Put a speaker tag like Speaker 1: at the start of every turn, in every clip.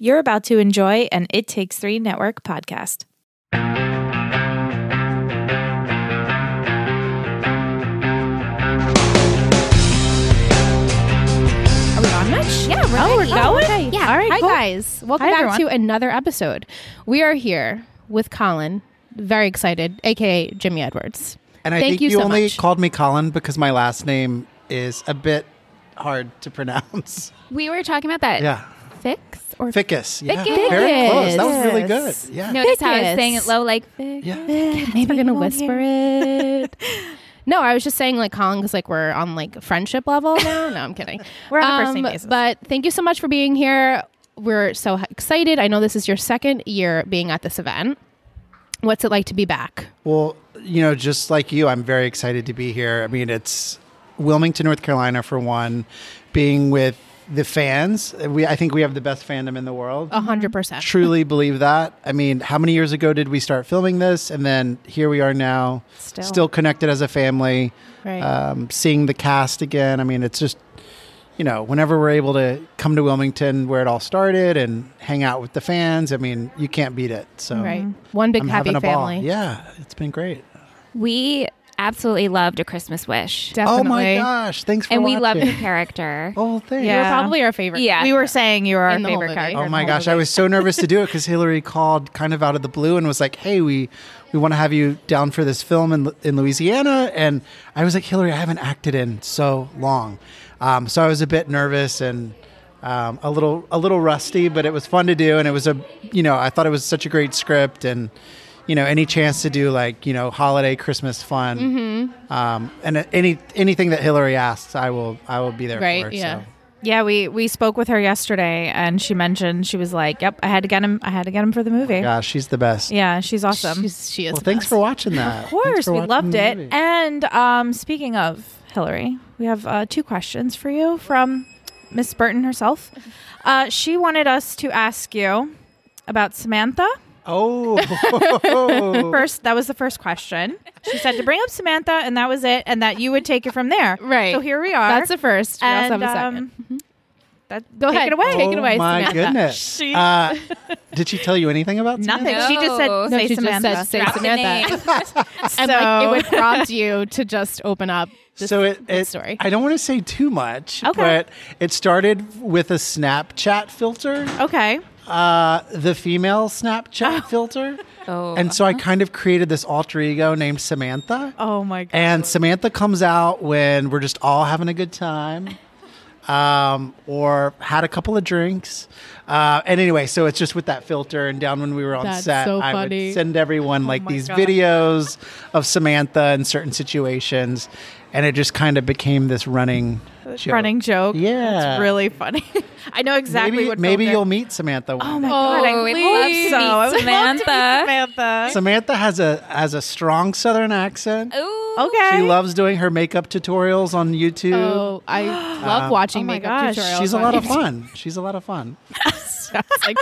Speaker 1: You're about to enjoy an It Takes Three Network podcast. Are we on much?
Speaker 2: Yeah, we're,
Speaker 1: Oh,
Speaker 2: ready.
Speaker 1: we're going?
Speaker 2: Okay, Yeah.
Speaker 1: All right,
Speaker 2: Hi
Speaker 1: cool.
Speaker 2: guys. Welcome
Speaker 1: Hi,
Speaker 2: back
Speaker 1: everyone.
Speaker 2: to another episode. We are here with Colin. Very excited, aka Jimmy Edwards.
Speaker 3: And I
Speaker 2: Thank
Speaker 3: think
Speaker 2: you
Speaker 3: you,
Speaker 2: so
Speaker 3: only
Speaker 2: much.
Speaker 3: called me Colin because my last name is a bit hard to pronounce.
Speaker 4: We were talking about that
Speaker 3: Yeah.
Speaker 4: fix or
Speaker 3: Ficus. Yeah.
Speaker 4: Ficus.
Speaker 3: Very close. That was really good.
Speaker 2: Ficus.
Speaker 3: Yeah.
Speaker 4: notice how I was
Speaker 2: Ficus.
Speaker 4: saying it low, like fix.
Speaker 3: Yeah.
Speaker 2: Maybe we're gonna
Speaker 4: won't
Speaker 2: whisper it. No, I was just saying like Colin because like we're on like friendship level now. No, I'm kidding. Um,
Speaker 1: We're on a first name basis.
Speaker 2: But thank you so much for being here. We're so h- excited. I know this is your second year being at this event. What's it like to be back?
Speaker 3: Well, you know, just like you, I'm very excited to be here. I mean, it's Wilmington, North Carolina, for one, being with the fans. We, I think we have the best fandom in the world.
Speaker 2: A hundred percent.
Speaker 3: Truly believe that. I mean, how many years ago did we start filming this? And then here we are now,
Speaker 1: Still.
Speaker 3: connected as a family.
Speaker 2: Right.
Speaker 3: um, seeing the cast again. I mean, it's just you know, whenever we're able to come to Wilmington, where it all started, and hang out with the fans, I mean, you can't beat it. So
Speaker 2: right. One big
Speaker 3: I'm
Speaker 2: happy
Speaker 3: having a
Speaker 2: family.
Speaker 3: ball. Yeah, it's been great.
Speaker 4: We absolutely loved A Christmas Wish,
Speaker 2: Definitely.
Speaker 3: Oh my gosh, thanks for
Speaker 4: and we loved
Speaker 3: watching.
Speaker 4: your character.
Speaker 3: Oh, thanks.
Speaker 1: Yeah.
Speaker 2: You're probably our favorite.
Speaker 4: Yeah.
Speaker 1: We were saying you were our
Speaker 2: In the whole
Speaker 1: favorite
Speaker 2: movie.
Speaker 1: character.
Speaker 3: Oh my
Speaker 2: whole
Speaker 3: gosh, I was so nervous to do it because Hillary called kind of out of the blue and was like, "Hey, we we want to have you down for this film in in Louisiana." And I was like, "Hillary, I haven't acted in so long," um, so I was a bit nervous and um, a little a little rusty, but it was fun to do, and it was a you know I thought it was such a great script and. You know, any chance to do like you know holiday Christmas fun,
Speaker 2: Mm-hmm.
Speaker 3: um, and uh, any anything that Hillary asks, I will I will be there
Speaker 2: Right,
Speaker 3: for.
Speaker 2: yeah.
Speaker 3: So.
Speaker 1: Yeah, we we spoke with her yesterday, and she mentioned she was like, "Yep, I had to get him. I had to get him for the
Speaker 4: Oh
Speaker 1: movie."
Speaker 3: Gosh, she's the best.
Speaker 1: yeah, she's awesome.
Speaker 2: She's, she is.
Speaker 3: Well,
Speaker 2: the
Speaker 3: thanks
Speaker 2: best.
Speaker 3: for watching that.
Speaker 1: of course, we loved it. And um, speaking of Hillary, we have uh, two questions for you from Miss Burton herself. Uh, she wanted us to ask you about Samantha.
Speaker 3: oh,
Speaker 1: First, that was the first question. She said to bring up Samantha, and that was it, and that you would take it from there.
Speaker 2: Right.
Speaker 1: So here we are.
Speaker 2: That's the first. We also
Speaker 1: and,
Speaker 2: have a second.
Speaker 1: um, that,
Speaker 2: Go
Speaker 1: take
Speaker 2: ahead.
Speaker 1: it away.
Speaker 2: Take it away.
Speaker 3: my
Speaker 2: Samantha.
Speaker 3: goodness.
Speaker 1: She-
Speaker 3: uh, did she tell you anything about
Speaker 1: Nothing.
Speaker 3: Samantha?
Speaker 1: She just said,
Speaker 4: No.
Speaker 1: say
Speaker 2: she just
Speaker 1: Samantha.
Speaker 2: said, say
Speaker 4: Drop the
Speaker 2: Samantha.
Speaker 4: name.
Speaker 2: and like, it would prompt you to just open up. This,
Speaker 3: so it,
Speaker 2: this
Speaker 3: it
Speaker 2: story.
Speaker 3: I don't want to say too much,
Speaker 1: Okay.
Speaker 3: but it started with a Snapchat filter,
Speaker 1: Okay.
Speaker 3: uh, the female Snapchat filter,
Speaker 4: Oh.
Speaker 3: and
Speaker 1: uh-huh.
Speaker 3: so I kind of created this alter ego named Samantha.
Speaker 1: Oh my god.
Speaker 3: And Samantha comes out when we're just all having a good time. Um, or had a couple of drinks. Uh, and anyway, so it's just with that filter and down when we were on
Speaker 2: That's
Speaker 3: set,
Speaker 2: so
Speaker 3: I
Speaker 2: funny. Oh
Speaker 3: would send everyone like
Speaker 1: my
Speaker 3: these
Speaker 1: God.
Speaker 3: videos of Samantha in certain situations. And it just kind of became this running joke.
Speaker 1: running joke.
Speaker 3: Yeah.
Speaker 1: It's really funny. I know exactly
Speaker 3: maybe,
Speaker 1: what
Speaker 3: maybe
Speaker 1: filter-
Speaker 3: you'll meet Samantha. one
Speaker 1: Oh
Speaker 3: day.
Speaker 1: my god, I
Speaker 4: Oh, we'd
Speaker 1: love
Speaker 4: love to
Speaker 1: so.
Speaker 4: meet
Speaker 1: I would love to meet
Speaker 4: Samantha.
Speaker 1: Samantha.
Speaker 3: Samantha has a has a strong Southern accent.
Speaker 4: Ooh.
Speaker 1: Okay.
Speaker 3: She loves doing her makeup tutorials on YouTube.
Speaker 2: oh, I love watching
Speaker 1: oh my gosh,
Speaker 2: makeup tutorials.
Speaker 3: Um, She's a
Speaker 2: on
Speaker 3: lot of
Speaker 2: YouTube.
Speaker 3: fun. She's a lot of fun.
Speaker 2: Sounds like-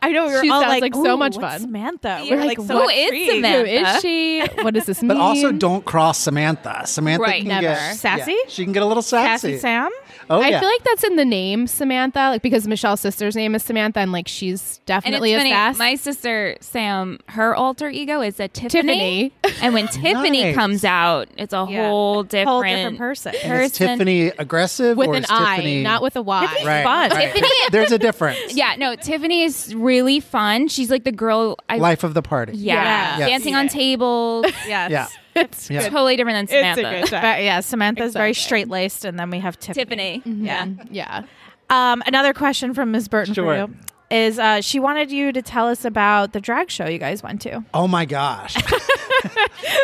Speaker 1: I know we were
Speaker 2: She
Speaker 1: all
Speaker 2: sounds
Speaker 1: like,
Speaker 2: like so
Speaker 1: "Ooh,
Speaker 2: much
Speaker 1: what's
Speaker 2: fun."
Speaker 1: Samantha.
Speaker 4: We're
Speaker 1: We're like,
Speaker 4: like,
Speaker 1: so
Speaker 4: who is
Speaker 1: intrigued.
Speaker 4: Samantha?
Speaker 2: Who is she? What does this mean?
Speaker 3: But also, don't cross Samantha. Samantha
Speaker 4: Right,
Speaker 3: can
Speaker 2: never.
Speaker 3: get
Speaker 1: Sassy?
Speaker 3: yeah, she can get a little sassy.
Speaker 1: Sassy Sam?
Speaker 3: Oh
Speaker 2: I
Speaker 3: yeah.
Speaker 2: feel like that's in the name Samantha, like because Michelle's sister's name is Samantha, and like she's
Speaker 4: And it's
Speaker 2: definitely a
Speaker 4: funny.
Speaker 2: sass.
Speaker 4: My sister Sam, her alter ego is a Tiffany,
Speaker 2: Tiffany.
Speaker 4: and when Tiffany
Speaker 3: Nice.
Speaker 4: comes out, it's a
Speaker 1: Yeah.
Speaker 4: whole different,
Speaker 1: Whole different person.
Speaker 3: And is
Speaker 4: person.
Speaker 3: Tiffany aggressive
Speaker 2: with
Speaker 3: or
Speaker 2: an
Speaker 3: is
Speaker 2: I,
Speaker 3: Tiffany...
Speaker 2: not with a Y.
Speaker 3: right,
Speaker 1: Fun.
Speaker 3: right.
Speaker 4: Tiffany-
Speaker 3: There's a difference.
Speaker 4: Yeah, no, Tiffany is really fun. She's like the girl I
Speaker 3: Life of the party.
Speaker 4: Yeah.
Speaker 3: Yeah. Yes.
Speaker 4: Dancing on tables.
Speaker 1: Yes.
Speaker 3: Yeah.
Speaker 1: It's
Speaker 3: Yeah.
Speaker 1: good.
Speaker 4: totally different than
Speaker 1: It's a
Speaker 4: Samantha.
Speaker 1: good time. But yeah, Samantha's very
Speaker 2: Exactly.
Speaker 1: straight laced, and then we have Tiffany.
Speaker 4: Tiffany.
Speaker 1: Yeah.
Speaker 2: Yeah.
Speaker 1: Um, another question from Ms. Burton
Speaker 3: Sure.
Speaker 1: for you is uh, she wanted you to tell us about the drag show you guys went to.
Speaker 3: Oh my gosh.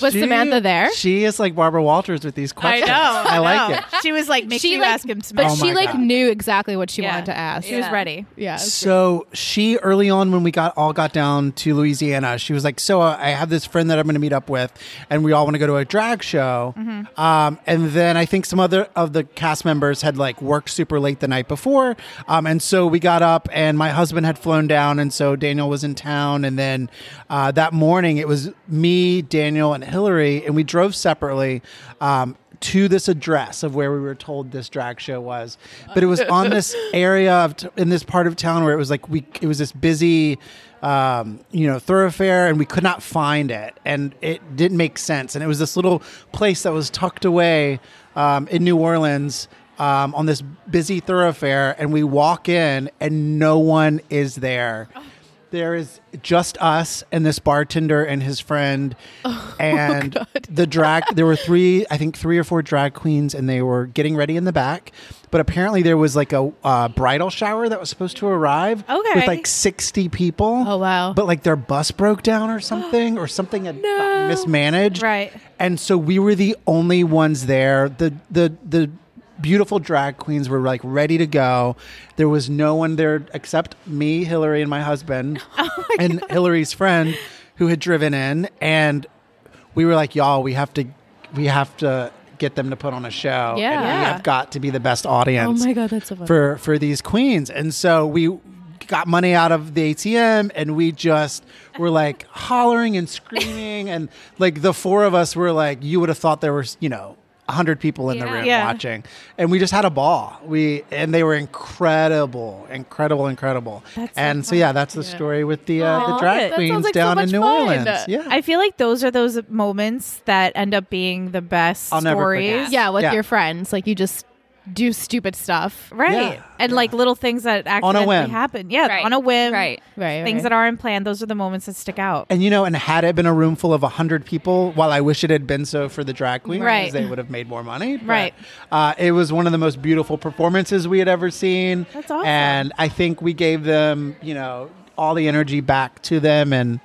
Speaker 2: Was
Speaker 3: She-
Speaker 2: Samantha there?
Speaker 3: She is like Barbara Walters with these questions. I like it.
Speaker 1: She was like, make sure you
Speaker 2: like-
Speaker 1: ask him
Speaker 2: But
Speaker 3: Oh
Speaker 1: Samantha.
Speaker 2: she
Speaker 3: my
Speaker 2: like
Speaker 3: God.
Speaker 2: knew exactly what she
Speaker 1: Yeah.
Speaker 2: wanted to ask.
Speaker 1: She was
Speaker 4: Yeah.
Speaker 1: ready.
Speaker 2: Yeah.
Speaker 3: So she early on when we got all got down to Louisiana, she was like, "So uh, I have this friend that I'm going to meet up with, and we all want to go to a drag show." Um, and then I think some other of the cast members had like worked super late the night before, um, and so we got up, and my husband had flown down, and so Daniel was in town, and then uh, that morning it was me, Daniel, and Hillary, and we drove separately. Um, to this address of where we were told this drag show was, but it was on this area of t- in this part of town where it was like we it was this busy, um, you know, thoroughfare, and we could not find it, and it didn't make sense, and it was this little place that was tucked away um, in New Orleans. Um, on this busy thoroughfare, and we walk in, and no one is there. There is just us and this bartender and his friend, and the drag. There were three, I think, three or four drag queens, and they were getting ready in the back. But apparently, there was like a uh, bridal shower that was supposed to arrive
Speaker 1: Okay.
Speaker 3: with like sixty people.
Speaker 2: Oh, wow.
Speaker 3: But like their bus broke down or something, or something had gotten mismanaged.
Speaker 1: Right.
Speaker 3: And so we were the only ones there. The the the beautiful drag queens were like ready to go. There was no one there except me, Hillary, and my husband, and Hillary's friend who had driven in. And we were like, y'all, we have to, we have to get them to put on a show. and
Speaker 2: Yeah.
Speaker 3: we have got to be the best audience
Speaker 2: god, that's so funny.
Speaker 3: for for these queens and so we got money out of the atm and we just were like hollering and screaming and like the four of us were like you would have thought there was you know 100 people in the
Speaker 4: Yeah.
Speaker 3: room
Speaker 1: Yeah.
Speaker 3: watching and we just had a ball we and they were incredible incredible incredible
Speaker 1: That's so
Speaker 3: and so yeah that's the story with the uh,
Speaker 1: Aw,
Speaker 3: the drag
Speaker 1: that
Speaker 3: queens
Speaker 2: sounds like so
Speaker 3: down in
Speaker 2: much
Speaker 3: new
Speaker 2: fun.
Speaker 3: orleans yeah
Speaker 1: I feel like those are those moments that end up being the best
Speaker 3: I'll never
Speaker 1: stories.
Speaker 3: forget.
Speaker 2: Yeah, with
Speaker 3: Yeah.
Speaker 2: your friends, like you just do stupid stuff.
Speaker 1: Right.
Speaker 3: Yeah,
Speaker 1: and like little things that
Speaker 3: a
Speaker 1: accidentally
Speaker 3: whim.
Speaker 1: happen. Yeah,
Speaker 4: Right.
Speaker 1: on a whim.
Speaker 4: Right.
Speaker 2: Right.
Speaker 1: Things that aren't planned, those are the moments that stick out.
Speaker 3: and you know, and had it been a room full of hundred people, while I wish it had been so for the drag queens,
Speaker 1: Right.
Speaker 3: they would have made more money. But,
Speaker 1: Right.
Speaker 3: Uh, it was one of the most beautiful performances we had ever seen.
Speaker 1: That's awesome.
Speaker 3: And I think we gave them, you know, all the energy back to them, and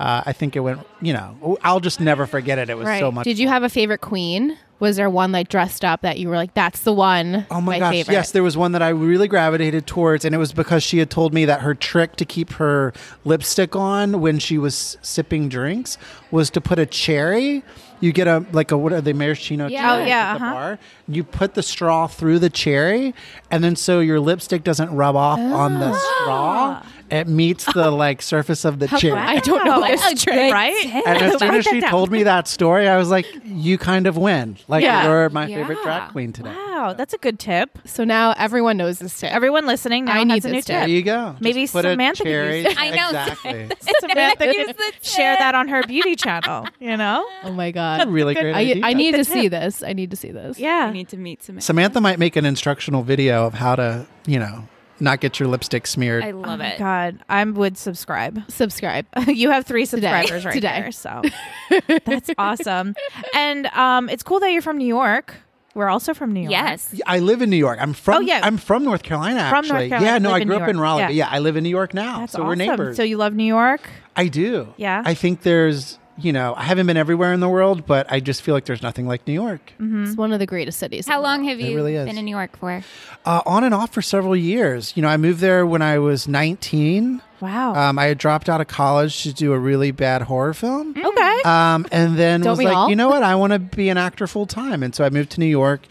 Speaker 3: uh, I think it went. You know, I'll just never forget it. It was so much.
Speaker 2: Did you have a favorite queen? Was there one like dressed up that you were like, that's the one?
Speaker 3: Oh my, gosh!
Speaker 2: favorite.
Speaker 3: Yes, there was one that I really gravitated towards, and it was because she had told me that her trick to keep her lipstick on when she was sipping drinks was to put a cherry. You get a like a what are they maraschino?
Speaker 2: Yeah.
Speaker 3: cherries
Speaker 2: Oh,
Speaker 1: yeah,
Speaker 3: at the
Speaker 1: uh-huh.
Speaker 3: bar. You put the straw through the cherry, and then so your lipstick doesn't rub off on the straw. It meets the like surface of the cherry.
Speaker 2: I don't know this trick.
Speaker 1: Right?
Speaker 3: And as soon
Speaker 1: Write
Speaker 3: as she
Speaker 1: that down.
Speaker 3: told me that story, I was like, "You kind of win. Like
Speaker 2: Yeah.
Speaker 3: you're my favorite
Speaker 4: Yeah.
Speaker 3: drag queen today."
Speaker 1: Wow, that's a good tip.
Speaker 2: So now everyone knows this tip.
Speaker 1: Everyone listening now
Speaker 2: I need
Speaker 1: has a new
Speaker 2: this tip.
Speaker 1: tip.
Speaker 3: There you go.
Speaker 1: Maybe
Speaker 3: Just put a
Speaker 1: Samantha could
Speaker 3: cherry-
Speaker 1: use
Speaker 4: I know.
Speaker 3: Exactly.
Speaker 1: Samantha
Speaker 4: Use
Speaker 1: could
Speaker 4: the
Speaker 1: share
Speaker 4: tip.
Speaker 1: that on her beauty channel, you know?
Speaker 2: oh my
Speaker 3: That's
Speaker 2: god.
Speaker 3: a really great
Speaker 2: I,
Speaker 3: idea.
Speaker 2: I need to see this. I need to see this.
Speaker 4: I
Speaker 1: Yeah.
Speaker 4: need to meet some.
Speaker 3: Samantha might make an instructional video of how to, you know, not get your lipstick smeared.
Speaker 4: I
Speaker 1: Oh
Speaker 4: love
Speaker 1: my
Speaker 4: it.
Speaker 1: God, I would subscribe.
Speaker 2: Subscribe.
Speaker 1: you have three
Speaker 2: Today.
Speaker 1: subscribers right
Speaker 2: Today.
Speaker 1: there, so that's awesome. And um, it's cool that you're from New York. We're also from New York.
Speaker 4: Yes.
Speaker 3: I live in New York. I'm from.
Speaker 1: Oh, yeah.
Speaker 3: I'm from North Carolina.
Speaker 1: From North
Speaker 3: Actually,
Speaker 1: Carolina.
Speaker 3: yeah. No,
Speaker 1: Live
Speaker 3: I
Speaker 1: in
Speaker 3: grew
Speaker 1: New
Speaker 3: up in
Speaker 1: York.
Speaker 3: Raleigh,
Speaker 1: Yeah.
Speaker 3: but yeah, I live in New York now,
Speaker 1: That's
Speaker 3: so
Speaker 1: awesome.
Speaker 3: we're neighbors.
Speaker 1: So you love New York?
Speaker 3: I do.
Speaker 1: Yeah.
Speaker 3: I think there's, you know, I haven't been everywhere in the world, but I just feel like there's nothing like New York.
Speaker 1: Mm-hmm.
Speaker 2: It's one of the greatest cities.
Speaker 4: How long have you
Speaker 3: really is.
Speaker 4: been in New York for?
Speaker 3: Uh, on and off for several years. You know, I moved there when I was 19.
Speaker 1: Wow.
Speaker 2: Uh,
Speaker 3: Um, I had dropped out of college to do a really bad horror film.
Speaker 1: okay.
Speaker 3: Um, and then
Speaker 2: Don't
Speaker 3: was
Speaker 2: we
Speaker 3: like,
Speaker 2: all?
Speaker 3: you know what? I want to be an actor full time. And so I moved to New York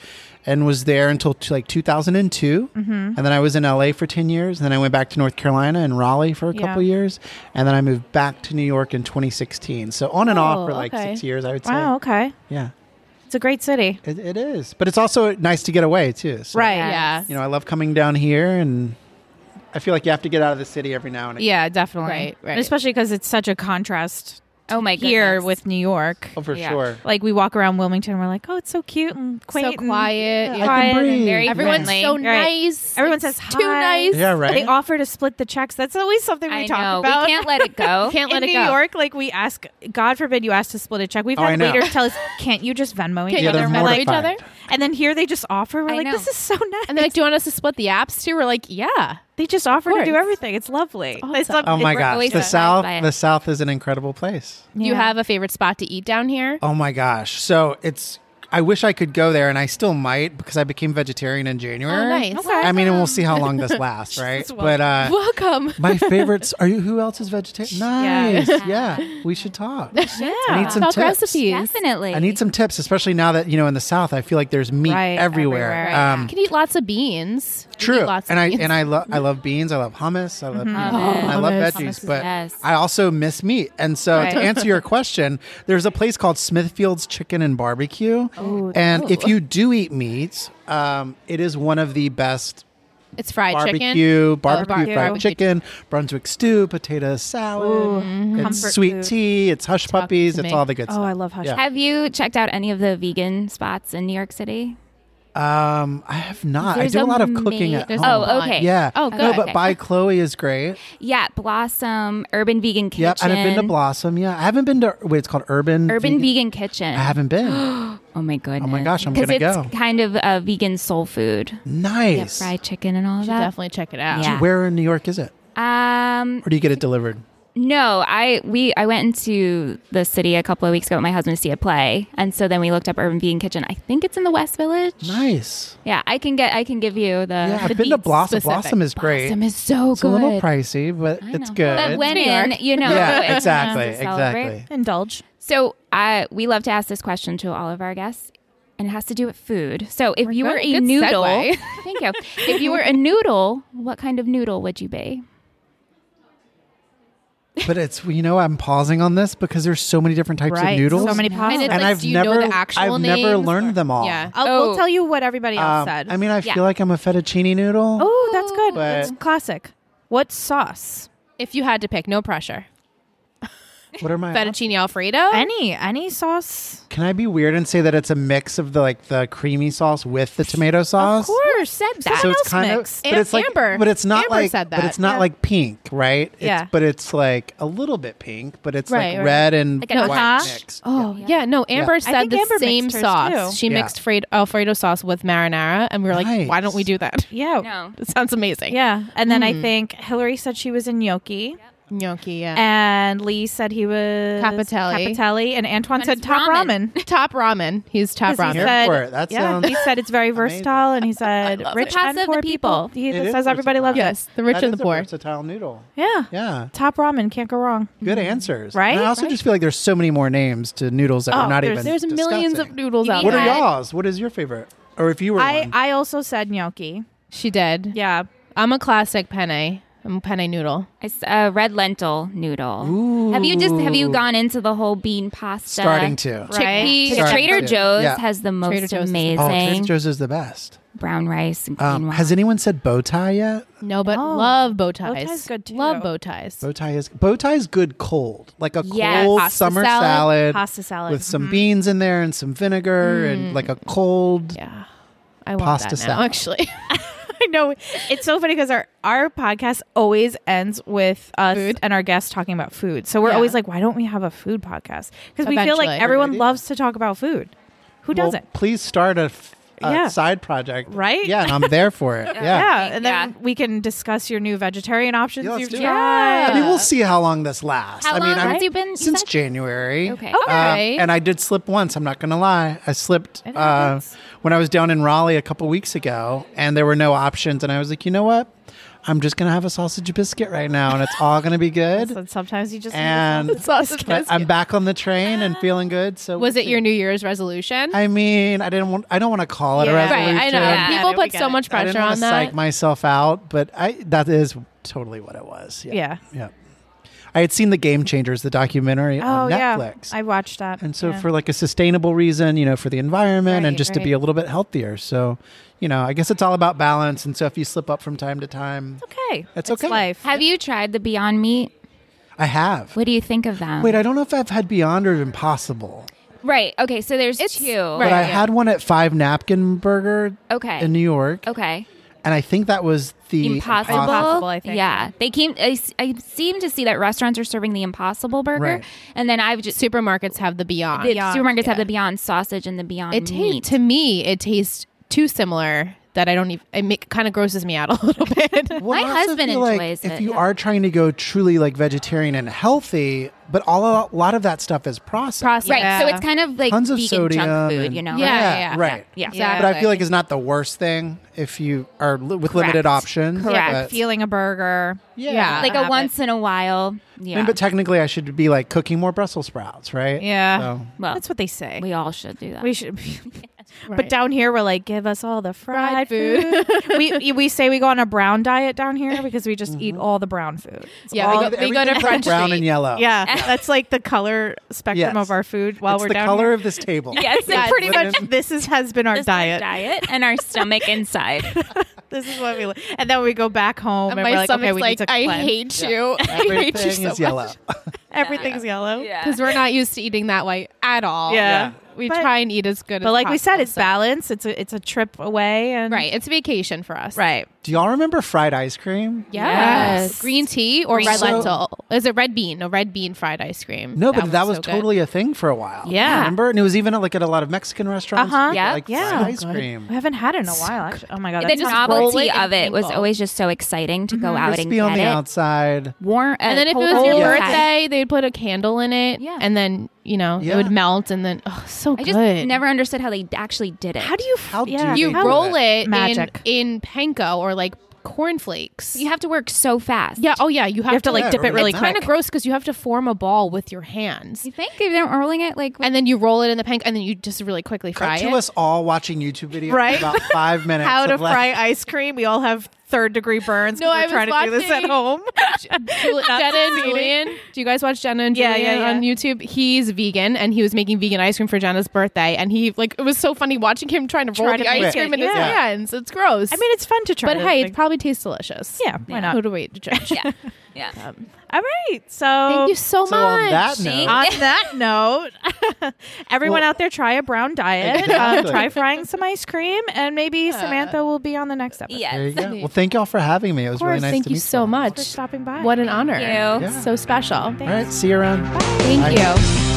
Speaker 3: and was there until t- like 2002.
Speaker 2: Mm-hmm.
Speaker 3: And then I was in LA for 10 years. And then I went back to North Carolina and Raleigh for a
Speaker 1: Yeah.
Speaker 3: couple years. And then I moved back to New York in 2016. So on and off
Speaker 2: Oh,
Speaker 3: for like
Speaker 2: okay.
Speaker 3: six years, I would say.
Speaker 1: wow. Okay.
Speaker 3: Yeah,
Speaker 1: It's a great city.
Speaker 3: it, it is. But it's also nice to get away too. So,
Speaker 1: Right.
Speaker 2: Yeah.
Speaker 3: You know, I love coming down here and I feel like you have to get out of the city every now and again.
Speaker 1: Yeah, definitely.
Speaker 2: Right, right.
Speaker 1: And Especially because it's such a contrast
Speaker 4: Oh my goodness.
Speaker 1: here with New York.
Speaker 3: Oh, for
Speaker 4: Yeah.
Speaker 3: sure.
Speaker 1: Like we walk around Wilmington, we're like, oh, it's so cute and quaint,
Speaker 2: so
Speaker 1: and
Speaker 2: quiet.
Speaker 3: I
Speaker 2: yeah.
Speaker 3: can
Speaker 1: quiet and
Speaker 3: breathe.
Speaker 4: very
Speaker 2: Everyone's
Speaker 4: friendly.
Speaker 2: so
Speaker 1: Right.
Speaker 2: nice.
Speaker 1: Everyone
Speaker 2: It's
Speaker 1: says
Speaker 2: Too
Speaker 1: hi.
Speaker 2: nice.
Speaker 3: Yeah, right.
Speaker 1: They offer to split the checks. That's always something we
Speaker 4: I
Speaker 1: talk
Speaker 4: know.
Speaker 1: about.
Speaker 4: We can't let it go.
Speaker 2: Can't let
Speaker 1: in
Speaker 2: it
Speaker 1: New
Speaker 2: go.
Speaker 1: York, like we ask, God forbid you ask to split a check. We've
Speaker 3: Oh, I
Speaker 1: had
Speaker 3: know.
Speaker 1: waiters tell us, "Can't you just Venmo each
Speaker 2: Yeah,
Speaker 3: Yeah,
Speaker 1: other?"
Speaker 3: they're
Speaker 1: And we're like-
Speaker 2: each other?
Speaker 3: mortified.
Speaker 1: and then here they just offer. We're
Speaker 4: I
Speaker 1: like,
Speaker 4: know.
Speaker 1: "This is so nice."
Speaker 2: And they're like, do you want us to split the apps too? We're like, yeah.
Speaker 1: they just offer to do
Speaker 2: course.
Speaker 1: everything. It's lovely.
Speaker 2: awesome.
Speaker 1: It's lov-
Speaker 3: Oh my
Speaker 1: it's-
Speaker 3: gosh,
Speaker 4: always
Speaker 3: the
Speaker 4: surprised
Speaker 3: South.
Speaker 4: by it.
Speaker 3: The South is an incredible place.
Speaker 2: Do you
Speaker 1: Yeah.
Speaker 2: have a favorite spot to eat down here?
Speaker 3: Oh my gosh, so it's. I wish I could go there, and I still might because I became vegetarian in January.
Speaker 2: Oh, nice.
Speaker 1: Okay.
Speaker 3: I mean, and we'll see how long this lasts, right? but uh,
Speaker 2: Welcome.
Speaker 3: my favorites are you. Who else is vegetarian? Nice. Yeah, we should talk. I need some
Speaker 2: Talk
Speaker 3: tips.
Speaker 2: recipes.
Speaker 4: Definitely.
Speaker 3: I need some tips, especially now that you know in the South, I feel like there's meat
Speaker 1: Right,
Speaker 3: everywhere.
Speaker 1: everywhere.
Speaker 2: You
Speaker 3: Um,
Speaker 2: can eat lots of beans. You can
Speaker 3: True,
Speaker 2: eat lots of
Speaker 3: and I
Speaker 2: beans. Mm-hmm.
Speaker 3: and I love I love beans. I love hummus. I love
Speaker 4: Hummus.
Speaker 3: I love
Speaker 2: Hummus.
Speaker 4: Hummus is
Speaker 3: veggies, but
Speaker 4: best.
Speaker 3: I also miss meat. And so
Speaker 1: Right.
Speaker 3: to answer your question, there's a place called Smithfield's Chicken and Barbecue,
Speaker 2: Oh,
Speaker 3: And if you do eat meat, um, it is one of the best
Speaker 2: It's fried chicken. Oh,
Speaker 3: barbecue, barbecue,
Speaker 2: barbecue.
Speaker 3: fried chicken, Brunswick stew, potato salad. It's
Speaker 1: Comfort
Speaker 3: sweet
Speaker 1: food.
Speaker 3: tea. It's hush puppies.
Speaker 2: to
Speaker 3: It's
Speaker 2: me.
Speaker 3: all the good
Speaker 1: Oh, I
Speaker 3: stuff.
Speaker 1: love hush.
Speaker 3: Yeah.
Speaker 4: Have you checked out any of the vegan spots in New York City?
Speaker 3: Um, I have not. I
Speaker 4: There's
Speaker 3: do a lot of cooking
Speaker 4: ama-
Speaker 3: at
Speaker 2: there's
Speaker 3: home.
Speaker 2: a lot.
Speaker 4: Oh, okay.
Speaker 3: Yeah.
Speaker 2: Oh,
Speaker 3: No,
Speaker 2: good.
Speaker 3: but
Speaker 4: Okay.
Speaker 3: by Chloe is great.
Speaker 4: Yeah, Blossom, Urban Vegan Kitchen.
Speaker 3: Yep. And I've been to Blossom. Yeah. I haven't been to, wait, it's called Urban.
Speaker 4: Urban Vegan Kitchen.
Speaker 3: I haven't been.
Speaker 4: Oh my goodness.
Speaker 3: gosh, I'm
Speaker 4: 'Cause
Speaker 3: gonna
Speaker 4: it's
Speaker 3: go.
Speaker 4: kind of a vegan soul food. Yeah,
Speaker 3: nice.
Speaker 4: fried chicken and all of
Speaker 2: Should
Speaker 4: that.
Speaker 2: definitely check it out.
Speaker 4: Yeah.
Speaker 3: Where in New York is it?
Speaker 4: Um,
Speaker 3: Or do you get it delivered?
Speaker 4: no, I we I went into the city a couple of weeks ago with my husband to see a play, and so then we looked up Urban Vegan Kitchen. I think it's in the West Village.
Speaker 3: Nice.
Speaker 4: Yeah, I can get I can give you the.
Speaker 3: Yeah,
Speaker 4: Uh, the
Speaker 3: I've been to
Speaker 4: deets.
Speaker 3: Blossom.
Speaker 2: specific.
Speaker 3: Blossom is great.
Speaker 2: Blossom is so
Speaker 3: it's
Speaker 2: good.
Speaker 3: a little pricey, but it's good.
Speaker 4: But when
Speaker 2: New
Speaker 4: in,
Speaker 2: York.
Speaker 4: you know,
Speaker 3: yeah,
Speaker 4: it's time
Speaker 3: exactly,
Speaker 4: to celebrate.
Speaker 3: exactly.
Speaker 1: Indulge.
Speaker 4: So I we love to ask this question to all of our guests, and it has to do with food. So if you
Speaker 2: good.
Speaker 4: were a
Speaker 2: Good
Speaker 4: noodle,
Speaker 2: segue.
Speaker 4: thank you. If you were a noodle, what kind of noodle would you be?
Speaker 3: But it's you know I'm pausing on this because there's so many different types
Speaker 1: Right.
Speaker 3: of noodles.
Speaker 1: So many
Speaker 2: And
Speaker 1: possibilities.
Speaker 2: it's-
Speaker 3: and
Speaker 2: like,
Speaker 3: I've
Speaker 2: do you know
Speaker 3: never
Speaker 2: the actual
Speaker 3: I've never
Speaker 2: names
Speaker 3: learned
Speaker 2: or-
Speaker 3: them all.
Speaker 2: Yeah.
Speaker 1: I'll, we'll
Speaker 4: Oh.
Speaker 1: tell you what everybody else
Speaker 3: Um,
Speaker 1: said.
Speaker 3: I mean, I
Speaker 4: Yeah.
Speaker 3: feel like I'm a fettuccine noodle.
Speaker 1: oh, that's good.
Speaker 3: But-
Speaker 1: That's classic. What sauce?
Speaker 2: If you had to pick, no pressure.
Speaker 3: What are my?
Speaker 2: Fettuccine Alfredo.
Speaker 1: Any any sauce?
Speaker 3: Can I be weird and say that it's a mix of the like the creamy sauce with the tomato sauce?
Speaker 1: Of course, said
Speaker 2: that?
Speaker 3: So
Speaker 1: Someone
Speaker 3: it's
Speaker 1: else
Speaker 3: kind
Speaker 1: mixed.
Speaker 3: of, but
Speaker 2: Am-
Speaker 3: it's like,
Speaker 2: Amber-
Speaker 3: but it's not
Speaker 2: Amber
Speaker 3: like,
Speaker 2: said
Speaker 3: but
Speaker 2: that.
Speaker 3: it's not
Speaker 2: Yeah.
Speaker 3: like pink, right? It's,
Speaker 1: Yeah.
Speaker 3: But it's like a little bit pink, but it's
Speaker 2: Right,
Speaker 3: like
Speaker 2: right.
Speaker 3: red and
Speaker 4: Like an
Speaker 3: white
Speaker 1: hash?
Speaker 3: mixed.
Speaker 2: Oh yeah, no. Amber said
Speaker 1: think
Speaker 2: the
Speaker 1: Amber mixed
Speaker 2: same
Speaker 1: hers,
Speaker 2: sauce.
Speaker 1: too.
Speaker 2: She
Speaker 3: Yeah.
Speaker 2: mixed Fred- Alfredo sauce with marinara, and we were like,
Speaker 3: Nice.
Speaker 2: "Why don't we do that?"
Speaker 1: yeah,
Speaker 4: No.
Speaker 2: It sounds amazing.
Speaker 1: yeah. And then
Speaker 3: Hmm.
Speaker 1: I think Hillary said she was in gnocchi,
Speaker 2: gnocchi. Yeah,
Speaker 1: and Lee said he was
Speaker 2: Capitelli.
Speaker 1: Capitelli, and Antoine said
Speaker 4: it's
Speaker 1: top
Speaker 4: ramen.
Speaker 1: ramen.
Speaker 2: top ramen. He's top
Speaker 1: 'Cause he
Speaker 2: ramen.
Speaker 1: said,
Speaker 3: for it. That
Speaker 1: yeah,
Speaker 3: sounds
Speaker 1: he said it's very versatile, and he said
Speaker 2: love
Speaker 1: rich
Speaker 4: it. Pasta
Speaker 1: and
Speaker 4: of the
Speaker 1: poor people.
Speaker 4: people.
Speaker 1: He
Speaker 3: It is
Speaker 1: says everybody loves
Speaker 3: versatile.
Speaker 1: it.
Speaker 2: yes, the rich
Speaker 3: That
Speaker 2: and
Speaker 3: is
Speaker 2: the
Speaker 3: a
Speaker 2: poor.
Speaker 3: versatile noodle.
Speaker 1: Yeah.
Speaker 3: Yeah.
Speaker 1: top ramen can't go wrong.
Speaker 3: Good
Speaker 2: Mm-hmm.
Speaker 3: answers.
Speaker 1: Right?
Speaker 3: And I also just feel like there's so many more names to noodles that
Speaker 1: Oh,
Speaker 3: we're not
Speaker 1: there's-
Speaker 3: even.
Speaker 2: There's millions of
Speaker 3: discussing.
Speaker 2: noodles
Speaker 4: You
Speaker 2: out
Speaker 4: mean
Speaker 3: What
Speaker 2: there.
Speaker 3: are
Speaker 4: Yeah.
Speaker 3: y'all's? What is your favorite? Or if you were
Speaker 1: I
Speaker 3: one.
Speaker 1: I also said gnocchi.
Speaker 2: She did.
Speaker 1: Yeah,
Speaker 2: I'm a classic penne. I'm a penne noodle.
Speaker 4: It's a red lentil noodle. Have you just have you
Speaker 3: Ooh.
Speaker 4: gone into the whole bean pasta?
Speaker 3: starting to?
Speaker 1: Right.
Speaker 2: Chickpea.
Speaker 4: Because
Speaker 3: Starting
Speaker 4: Trader
Speaker 3: to.
Speaker 4: Joe's
Speaker 3: Yeah.
Speaker 4: has the most
Speaker 2: Trader Joe's is the
Speaker 4: amazing
Speaker 3: Oh, Trader Joe's is the best.
Speaker 4: brown rice and green
Speaker 3: Um,
Speaker 4: rice.
Speaker 3: has anyone said bow tie yet?
Speaker 2: No, but
Speaker 1: No.
Speaker 2: love bow
Speaker 1: Oh,
Speaker 2: ties.
Speaker 1: tie's good, too.
Speaker 2: Love bow ties.
Speaker 3: Bow tie is bow tie is good cold, like a
Speaker 4: Yes.
Speaker 3: cold
Speaker 2: Pasta
Speaker 3: summer
Speaker 2: salad.
Speaker 3: salad,
Speaker 1: pasta salad Mm-hmm. Mm.
Speaker 3: with some beans in there and some vinegar and like a cold.
Speaker 2: yeah, I want
Speaker 3: Pasta
Speaker 2: that now.
Speaker 3: salad.
Speaker 2: Actually,
Speaker 1: I know it's so funny because our our podcast always ends with us
Speaker 2: Food.
Speaker 1: and our guests talking about food. So we're
Speaker 2: Yeah.
Speaker 1: always like, why don't we have a food podcast? Because we feel
Speaker 2: Eventually.
Speaker 1: like everyone
Speaker 3: idea.
Speaker 1: loves to talk about food. Who
Speaker 3: Well,
Speaker 1: doesn't?
Speaker 3: Please start a, f- a
Speaker 1: Yeah.
Speaker 3: side project,
Speaker 1: Right?
Speaker 3: Yeah, and I'm there for it. Yeah.
Speaker 1: Yeah, and then
Speaker 4: Yeah.
Speaker 1: we can discuss your new vegetarian options
Speaker 3: Yeah, let's
Speaker 1: you've
Speaker 3: do it.
Speaker 1: tried.
Speaker 3: I mean, we'll see how long this lasts.
Speaker 4: How
Speaker 3: I mean,
Speaker 4: long
Speaker 3: I'm-
Speaker 4: has you been- you
Speaker 3: since
Speaker 4: said?
Speaker 3: January?
Speaker 4: Okay.
Speaker 3: Um,
Speaker 2: Okay.
Speaker 3: and I did slip once. I'm not going to lie. I slipped
Speaker 1: It
Speaker 3: uh,
Speaker 1: happens.
Speaker 3: when I was down in Raleigh a couple weeks ago, and there were no options. And I was like, you know what? I'm just going to have a sausage biscuit right now, and it's all going to be good.
Speaker 1: So sometimes you just need
Speaker 3: and
Speaker 2: sausage
Speaker 3: but
Speaker 2: biscuit.
Speaker 3: I'm back on the train and feeling good. So
Speaker 2: Was
Speaker 3: we'll
Speaker 2: it
Speaker 3: see.
Speaker 2: your New Year's resolution?
Speaker 3: I mean, I didn't want. I don't want to call it a
Speaker 1: Yeah.
Speaker 2: right,
Speaker 3: resolution.
Speaker 2: I know.
Speaker 1: Yeah,
Speaker 2: People
Speaker 1: we
Speaker 2: put
Speaker 1: get
Speaker 2: so
Speaker 1: it.
Speaker 2: much
Speaker 3: I
Speaker 2: pressure
Speaker 3: didn't want
Speaker 2: on
Speaker 3: to
Speaker 2: that.
Speaker 3: psych myself out, but I that is totally what it was.
Speaker 1: Yeah.
Speaker 3: Yeah. I had seen the Game Changers, the documentary
Speaker 1: Oh
Speaker 3: on
Speaker 1: yeah,
Speaker 3: Netflix.
Speaker 1: I watched that.
Speaker 3: and so
Speaker 1: Yeah.
Speaker 3: for like a sustainable reason, you know, for the environment and
Speaker 2: Right,
Speaker 3: just
Speaker 2: right.
Speaker 3: to be a little bit healthier. So, you know, I guess it's all about balance. And so if you slip up from time to time,
Speaker 1: okay,
Speaker 3: That's
Speaker 1: It's
Speaker 3: okay.
Speaker 1: Life.
Speaker 4: have you tried the Beyond Meat?
Speaker 3: I have.
Speaker 4: What do you think of them?
Speaker 3: Wait, I don't know if I've had Beyond or Impossible,
Speaker 4: right. Okay. So there's two.
Speaker 3: but
Speaker 2: Right,
Speaker 3: I
Speaker 2: yeah.
Speaker 3: had one at Five Napkin Burger
Speaker 4: Okay.
Speaker 3: in New York.
Speaker 4: Okay.
Speaker 3: And I think that was the
Speaker 4: impossible.
Speaker 1: Impossible, I think.
Speaker 4: Yeah, they came. I, s- I seem to see that restaurants are serving the impossible burger,
Speaker 3: Right.
Speaker 4: and then I've just
Speaker 2: Supermarkets have the Beyond.
Speaker 4: the
Speaker 1: Beyond,
Speaker 4: supermarkets have
Speaker 2: yeah.
Speaker 4: the Beyond sausage and the Beyond
Speaker 2: it
Speaker 4: meat.
Speaker 2: tastes to me. It tastes too similar that I don't even. It make, kind of grosses me out a little bit.
Speaker 3: Well,
Speaker 4: My
Speaker 3: I also
Speaker 4: husband
Speaker 3: feel like
Speaker 4: enjoys
Speaker 3: if
Speaker 4: it,
Speaker 3: you
Speaker 4: yeah.
Speaker 3: are trying to go truly like vegetarian and healthy, but all a lot of that stuff is processed.
Speaker 1: Processed.
Speaker 4: right, so
Speaker 1: Yeah.
Speaker 4: it's kind of like
Speaker 3: Tons of
Speaker 4: vegan
Speaker 3: sodium
Speaker 4: junk food,
Speaker 3: and-
Speaker 4: you know?
Speaker 2: Yeah.
Speaker 3: right.
Speaker 4: yeah.
Speaker 3: But I feel like it's not the worst thing if you are li- with limited
Speaker 4: Correct.
Speaker 3: options.
Speaker 4: Correct.
Speaker 3: But,
Speaker 1: feeling a burger.
Speaker 3: yeah.
Speaker 2: yeah.
Speaker 4: like
Speaker 1: I
Speaker 4: a
Speaker 1: have
Speaker 4: once in a while.
Speaker 3: I
Speaker 4: Yeah,
Speaker 3: mean, but technically, I should be like cooking more Brussels sprouts, right?
Speaker 1: Yeah,
Speaker 3: So,
Speaker 4: well,
Speaker 1: that's what they say.
Speaker 4: we all should do that.
Speaker 1: We should. But
Speaker 2: Right.
Speaker 1: down here, we're like, give us all the fried,
Speaker 2: Fried food.
Speaker 1: food. we we say we go on a brown diet down here because we just
Speaker 3: Mm-hmm.
Speaker 1: eat all the brown food. It's
Speaker 2: Yeah, we
Speaker 1: all-
Speaker 2: go-
Speaker 3: Everything's like
Speaker 2: Front
Speaker 3: brown
Speaker 2: Street.
Speaker 3: and yellow.
Speaker 1: yeah. That's like the color spectrum
Speaker 3: Yes.
Speaker 1: of our food while
Speaker 3: it's
Speaker 1: we're
Speaker 3: the
Speaker 1: down
Speaker 3: color
Speaker 1: here.
Speaker 3: of this table.
Speaker 4: Yes,
Speaker 2: Yeah,
Speaker 4: pretty
Speaker 1: Pretty
Speaker 4: much
Speaker 1: much, this is, has been our
Speaker 4: this is
Speaker 1: diet.
Speaker 4: diet and our stomach inside.
Speaker 1: This is what we, li- and then we go back home and,
Speaker 2: my
Speaker 1: we're like, okay,
Speaker 2: stomach's
Speaker 1: we
Speaker 2: like,
Speaker 1: need to
Speaker 2: I
Speaker 1: cleanse."
Speaker 2: hate you. I
Speaker 3: Everything
Speaker 2: hate you so
Speaker 3: is yellow.
Speaker 1: Everything's yellow.
Speaker 4: Yeah.
Speaker 2: Because we're not used to eating that way at
Speaker 3: Oh,
Speaker 2: all.
Speaker 1: Yeah.
Speaker 2: We
Speaker 1: But-
Speaker 2: try and eat as good as
Speaker 1: But like we said,
Speaker 2: possible,
Speaker 1: it's
Speaker 2: so-
Speaker 1: balance. It's a it's a trip away and
Speaker 2: Right. It's vacation for us.
Speaker 1: right.
Speaker 3: Do y'all remember fried ice cream?
Speaker 1: Yes.
Speaker 2: Green tea or red
Speaker 3: So-
Speaker 2: lentil? Is it red bean? No, red bean fried ice cream.
Speaker 3: No, but that was
Speaker 2: so good.
Speaker 3: totally a thing for a while.
Speaker 1: Yeah.
Speaker 3: remember? And it was even like at a lot of Mexican restaurants.
Speaker 1: Uh-huh.
Speaker 4: Yeah.
Speaker 3: like
Speaker 1: Yeah.
Speaker 3: fried ice
Speaker 1: So good. I
Speaker 3: cream.
Speaker 1: haven't had it in a while. Actually. Oh my god,
Speaker 4: The
Speaker 1: that sounds
Speaker 4: novelty
Speaker 2: rolling and
Speaker 4: of it was
Speaker 2: painful.
Speaker 4: always just so exciting to go out and
Speaker 3: Crispy
Speaker 4: get
Speaker 3: Mm-hmm. on the
Speaker 4: it.
Speaker 3: outside.
Speaker 4: Warm,
Speaker 2: And then if it was your birthday, they'd put a candle in it.
Speaker 4: Yeah.
Speaker 2: And then, you know,
Speaker 3: Yeah.
Speaker 2: it would melt and then, oh, so
Speaker 4: I
Speaker 2: good.
Speaker 4: just never understood how they actually did it.
Speaker 1: How do you? f-
Speaker 3: How do
Speaker 1: yeah.
Speaker 3: they
Speaker 2: You
Speaker 3: do
Speaker 2: roll
Speaker 3: that?
Speaker 2: it
Speaker 1: Magic.
Speaker 2: in, in panko or like cornflakes.
Speaker 4: you have to work so fast?
Speaker 2: yeah. Oh, yeah. You have,
Speaker 1: have to, like,
Speaker 3: dip it really
Speaker 2: It's kind
Speaker 1: quick.
Speaker 2: of gross because you have to form a ball with your hands.
Speaker 4: You think if they're rolling it like with
Speaker 2: And then you roll it in the panko and then you just really quickly fry
Speaker 3: Cut to
Speaker 2: it.
Speaker 3: us all watching YouTube videos
Speaker 1: Right?
Speaker 3: for about five minutes.
Speaker 1: How to
Speaker 3: of like-
Speaker 1: fry ice cream? We all have third degree burns.
Speaker 2: No,
Speaker 1: No,
Speaker 2: I
Speaker 1: we're
Speaker 2: was
Speaker 1: trying to do this at
Speaker 2: watching-
Speaker 1: home.
Speaker 2: Jul- Jenna and Julian. Do you guys watch Jenna and
Speaker 1: Yeah,
Speaker 2: Julian
Speaker 1: yeah, yeah.
Speaker 2: on YouTube? He's vegan, and he was making vegan ice cream for Jenna's birthday, and he like it was so funny watching him trying to roll
Speaker 1: Try to
Speaker 2: the ice
Speaker 1: make
Speaker 2: cream
Speaker 1: it,
Speaker 2: in his
Speaker 1: yeah.
Speaker 2: hands. It's gross.
Speaker 1: I mean, it's fun to try.
Speaker 2: but
Speaker 1: to
Speaker 2: hey, it
Speaker 1: think-
Speaker 2: probably tastes delicious.
Speaker 1: yeah, why
Speaker 2: Who
Speaker 1: not?
Speaker 2: do we to judge?
Speaker 4: yeah, yeah.
Speaker 1: All right, so
Speaker 2: Thank you so,
Speaker 3: So
Speaker 2: much.
Speaker 3: on that
Speaker 4: See?
Speaker 3: note,
Speaker 1: on that note, everyone
Speaker 3: Well-
Speaker 1: out there, try a brown diet.
Speaker 3: Exactly.
Speaker 1: Uh, try frying some ice cream, and maybe Samantha will be on the next episode.
Speaker 4: Yes.
Speaker 3: there you go. Well, thank y'all for having me. It was
Speaker 2: of course,
Speaker 3: really nice
Speaker 2: thank
Speaker 3: to
Speaker 2: you
Speaker 3: meet
Speaker 2: so
Speaker 3: y'all.
Speaker 1: Thanks for
Speaker 2: much.
Speaker 1: stopping by.
Speaker 2: What an honor.
Speaker 4: you.
Speaker 3: Yeah.
Speaker 2: So special.
Speaker 3: All right, see you around.
Speaker 2: Thank
Speaker 3: Bye.
Speaker 2: you.